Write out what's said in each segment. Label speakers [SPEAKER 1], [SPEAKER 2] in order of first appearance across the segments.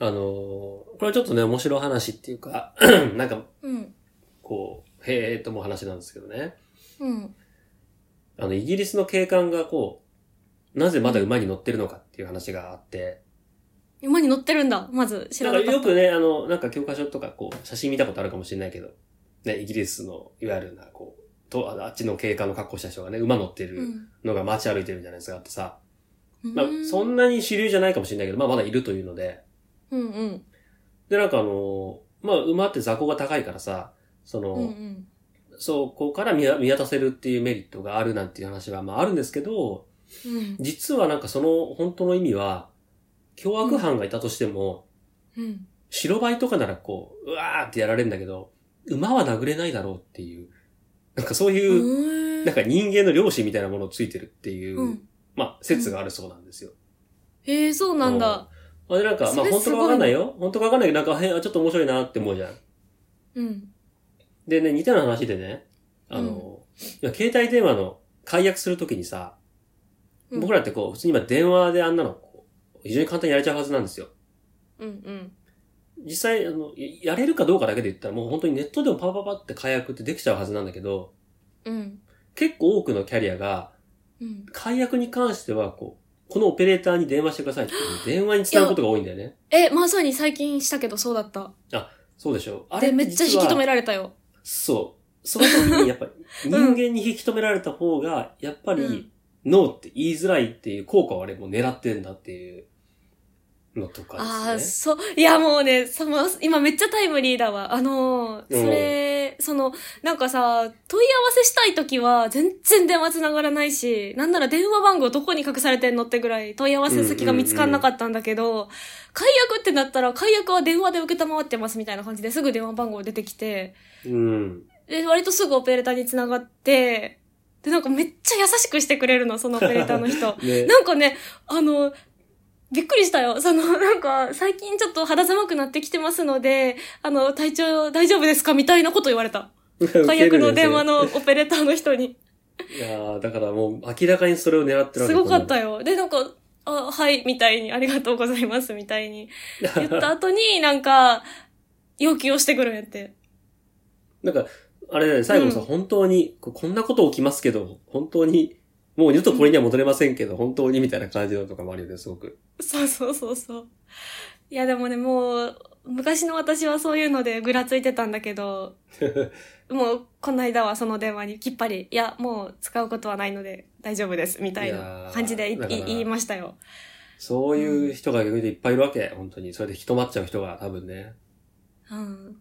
[SPEAKER 1] あのー、これちょっとね、面白い話っていうか、 なんか、
[SPEAKER 2] うん。
[SPEAKER 1] こう、へえとも話なんですけどね。
[SPEAKER 2] うん。
[SPEAKER 1] あの、イギリスの警官がこう、なぜまだ馬に乗ってるのかっていう話があって、
[SPEAKER 2] 馬に乗ってるんだ。まず知
[SPEAKER 1] な
[SPEAKER 2] ら
[SPEAKER 1] ん
[SPEAKER 2] な
[SPEAKER 1] か
[SPEAKER 2] かった。
[SPEAKER 1] よくね、あの、なんか教科書とかこう、写真見たことあるかもしれないけど、ね、イギリスの、いわゆるな、こう、とあのあっちの警官の格好した人がね、馬乗って
[SPEAKER 2] う
[SPEAKER 1] る
[SPEAKER 2] ん。
[SPEAKER 1] のが街歩いてるみたいなやつがあってさ、
[SPEAKER 2] うん。
[SPEAKER 1] まあ、そんなに主流じゃないかもしれないけど、まあ、まだいるというので、
[SPEAKER 2] うんうん。
[SPEAKER 1] で、なんかあの、まあ、馬って座高が高いからさ、その、
[SPEAKER 2] うんうん。
[SPEAKER 1] そう、ここから見わ見渡せるっていうメリットがあるなんていう話は、まああるんですけど、
[SPEAKER 2] うん。
[SPEAKER 1] 実はなんかその本当の意味は、凶悪犯がいたとしても、
[SPEAKER 2] うん。
[SPEAKER 1] 白バイとかならこう、うわーってやられるんだけど、馬は殴れないだろうっていう、なんかそういう、
[SPEAKER 2] う
[SPEAKER 1] なんか人間の良心みたいなものをついてるっていう、
[SPEAKER 2] うん。
[SPEAKER 1] まあ説があるそうなんですよ。
[SPEAKER 2] へえ、そうなんだ。
[SPEAKER 1] あれなんか、まあ
[SPEAKER 2] それ
[SPEAKER 1] 本当
[SPEAKER 2] すごい
[SPEAKER 1] かわかんないよ。本当かわかんないけど、なんか、へーあちょっと面白いなって思うじゃん。
[SPEAKER 2] うん。
[SPEAKER 1] でね、似たような話でね、あの、いや携帯電話の解約するときにさ、
[SPEAKER 2] うん
[SPEAKER 1] 僕らってこう、普通に今電話であんなの、こう非常に簡単にやれちゃうはずなんですよ。
[SPEAKER 2] うん
[SPEAKER 1] 実際、あの、ややれるかどうかだけで言ったらもう本当にネットでもパパパって解約ってできちゃうはずなんだけど、
[SPEAKER 2] うん。うん。
[SPEAKER 1] 結構多くのキャリアが、
[SPEAKER 2] うん。
[SPEAKER 1] 解約に関しては、こう、このオペレーターに電話してくださいっていう電話に伝うことが多いんだよね。
[SPEAKER 2] え、まさに最近したけどそうだった。
[SPEAKER 1] そうでしょあ
[SPEAKER 2] で、
[SPEAKER 1] れ
[SPEAKER 2] めっちゃ引き止め
[SPEAKER 1] ら
[SPEAKER 2] られたよ。
[SPEAKER 1] そう。その時にやっぱり人
[SPEAKER 2] うん
[SPEAKER 1] 間に引き止められた方が、やっぱ
[SPEAKER 2] うん
[SPEAKER 1] り、ノーって言いづらいっていう効果をあれもう狙ってんだっていうのとかですね。
[SPEAKER 2] ああー、そう。いや、もうね、さま今めっちゃタイムリーだわ。あのー
[SPEAKER 1] うん
[SPEAKER 2] それ、その、なんかさ、問い合わせしたいときは、全然電話つながらないし、なんなら電話番号どこに隠されてんのってぐらい問い合わせ先が見つからなかったんだけど、解約ってなったら、解約は電話で受けたまわってますみたいな感じですぐ電話番号出てきて、
[SPEAKER 1] うん。
[SPEAKER 2] で、割とすぐオペレーターにつながって、で、なんかめっちゃ優しくしてくれるの、そのオペレーターの 人。
[SPEAKER 1] ね
[SPEAKER 2] なんかね、あの、びっくりしたよ。その、なんか、最近ちょっと肌寒くなってきてますので、あの、体調大丈夫ですかみたいなこと言われた。解約の電話のオペレーターの人に。
[SPEAKER 1] いやーだからもう明らかにそれを狙ってるわけ
[SPEAKER 2] すごかったよ。で、なんか、あ、はい、みたいに、ありがとうございます、みたいに。言った後に、なんか、要求をしてくるんやって。
[SPEAKER 1] なんか、あれだよね、最後にさ、
[SPEAKER 2] うん
[SPEAKER 1] 本当に、ここんなこと起きますけど、本当に、もう二度とこれには戻れませんけど、本当にみたいな感じのとかもあるよね、すごく。
[SPEAKER 2] そうそうそうそう。いや、でもね、もう、昔の私はそういうのでぐらついてたんだけど、もう、この間はその電話にきっぱり、いや、もう使うことはないので大丈夫です、みたい
[SPEAKER 1] いや
[SPEAKER 2] な
[SPEAKER 1] ー
[SPEAKER 2] 感じでい
[SPEAKER 1] だから
[SPEAKER 2] い言いましたよ。
[SPEAKER 1] そういう人が逆にいっぱいいるわけ、本当に。それで引き止まっちゃう人が多分ね。
[SPEAKER 2] うん。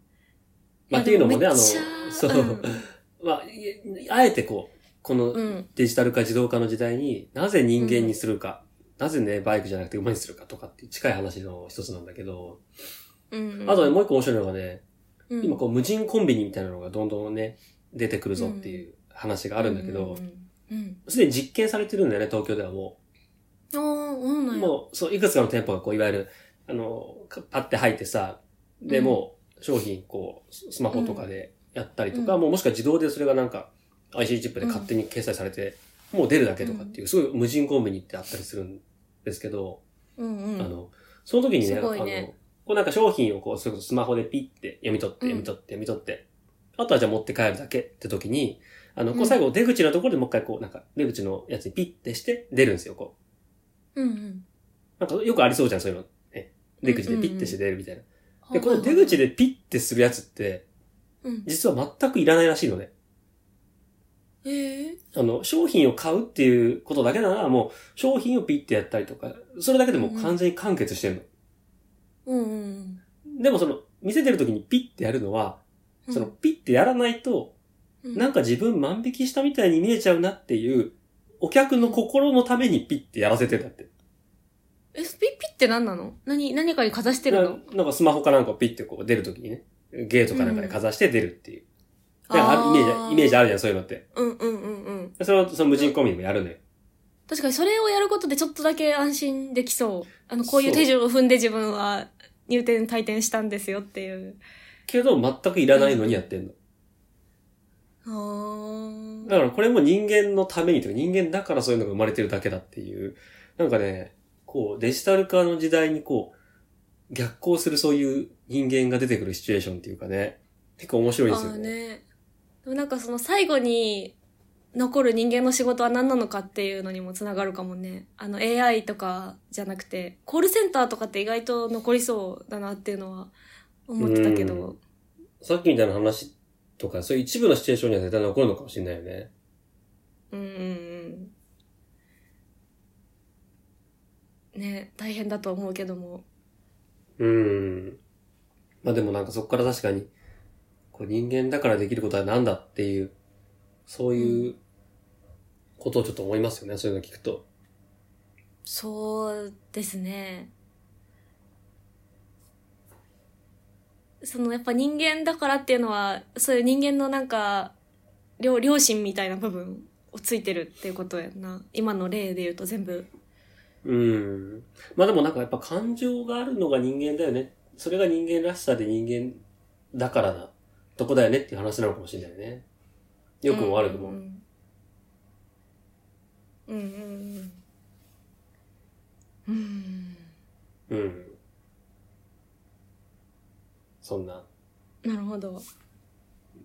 [SPEAKER 1] まあ、って
[SPEAKER 2] や
[SPEAKER 1] いうのもね、あの、
[SPEAKER 2] でめっちゃ
[SPEAKER 1] そう
[SPEAKER 2] うん、
[SPEAKER 1] まあ、いあえてこう、この
[SPEAKER 2] うん。
[SPEAKER 1] デジタル化自動化の時代に、なぜ人間にするか、なぜね、バイクじゃなくて馬にするかとかって近い話の一つなんだけど、
[SPEAKER 2] うん。
[SPEAKER 1] あとね、もう一個面白いのがね、
[SPEAKER 2] うん、
[SPEAKER 1] 今こう無人コンビニみたいなのがどんどんね、出てくるぞっていう話があるんだけど
[SPEAKER 2] う、んうん。
[SPEAKER 1] すでに実験されてるんだよね、東京ではも
[SPEAKER 2] うん。ああ、うん
[SPEAKER 1] う。
[SPEAKER 2] なんや
[SPEAKER 1] もう、そう、いくつかの店舗がこう、いわゆる、あの、かパッて入ってさ、で、
[SPEAKER 2] うん
[SPEAKER 1] もう、商品、こう、ススマホとかでやったりとか、
[SPEAKER 2] うん
[SPEAKER 1] もうもしくは自動でそれがなんか、IC チップで勝手に決済されて、もう出るだけとかっていう、すごい無人コンビニってあったりするんですけど、
[SPEAKER 2] うんうん。
[SPEAKER 1] あの、その時にね、
[SPEAKER 2] すごい
[SPEAKER 1] あ
[SPEAKER 2] ね
[SPEAKER 1] の、こうなんか商品をこう、それこそスマホでピッて読み取って、
[SPEAKER 2] う
[SPEAKER 1] 読
[SPEAKER 2] ん
[SPEAKER 1] み取って、読み取って、あとはじゃあ持って帰るだけって時に、あの、
[SPEAKER 2] う
[SPEAKER 1] こ
[SPEAKER 2] ん
[SPEAKER 1] う最後出口のところでもう一回こう、なんか出口のやつにピッてして出るんですよ、こ
[SPEAKER 2] うんうん。
[SPEAKER 1] う。なんかよくありそうじゃん、そういうの。ね出口でピッてして出るみたいな。で、この出口
[SPEAKER 2] で、
[SPEAKER 1] でピッてするやつって、
[SPEAKER 2] うん、
[SPEAKER 1] 実は全くいらないらしいのね。
[SPEAKER 2] ええ
[SPEAKER 1] あの、商品を買うっていうことだけなら、もう商品をピッてやったりとか、それだけでもう完全に完結してるの。
[SPEAKER 2] うんうん
[SPEAKER 1] でもその、見せてる時にピッてやるのは、
[SPEAKER 2] うん。
[SPEAKER 1] そのピッてやらないと、
[SPEAKER 2] うん、
[SPEAKER 1] なんか自分万引きしたみたいに見えちゃうなっていう、お客の心のためにピッてやらせてたって。
[SPEAKER 2] え、ピッピッって何なの何、何かにかざしてる
[SPEAKER 1] な
[SPEAKER 2] の
[SPEAKER 1] なんかスマホかなんかをピッてこう出るときにね、ゲートかなんかでかざして出るっていう。
[SPEAKER 2] うん
[SPEAKER 1] なんかあるイメー
[SPEAKER 2] あー
[SPEAKER 1] ジ、イメージあるじゃん、そういうのって。
[SPEAKER 2] うんうんうんうん。
[SPEAKER 1] それをその無人コンビニもやるのよ。
[SPEAKER 2] 確かにそれをやることでちょっとだけ安心できそう。あの、こういう手順を踏んで自分は入店退店したんですよっていう。
[SPEAKER 1] けど、全くいらないのにやってんの。
[SPEAKER 2] あー
[SPEAKER 1] だからこれも人間のためにというか、人間だからそういうのが生まれてるだけだっていう。なんかね、こう、デジタル化の時代にこう、逆行するそういう人間が出てくるシチュエーションっていうかね、結構面白いですよ
[SPEAKER 2] ああ
[SPEAKER 1] ね。
[SPEAKER 2] ね。でもなんかその最後に残る人間の仕事は何なのかっていうのにもつながるかもね。あの AI とかじゃなくて、コールセンターとかって意外と残りそうだなっていうのは思ってたけ
[SPEAKER 1] う
[SPEAKER 2] ど。
[SPEAKER 1] さっきみたいな話とか、そういう一部のシチュエーションには絶対残るのかもしれないよね。
[SPEAKER 2] うんうんうん。ね、大変だと思うけども。
[SPEAKER 1] うん。まあでもなんかそこから確かに、こう人間だからできることは何だっていう、そういうことをちょっと思いますよね、そういうの聞くと。
[SPEAKER 2] そうですね。そのやっぱ人間だからっていうのは、そういう人間のなんか、両、両親みたいな部分をついてるっていうことやんな。今の例で言うと全部。
[SPEAKER 1] うん。まあでもなんかやっぱ感情があるのが人間だよね。それが人間らしさで人間だからな、とこだよねっていう話なのかもしれないね。良くも悪くも。
[SPEAKER 2] うんうんうん。うんうんうん。うん。
[SPEAKER 1] うん。そんな
[SPEAKER 2] なるほど。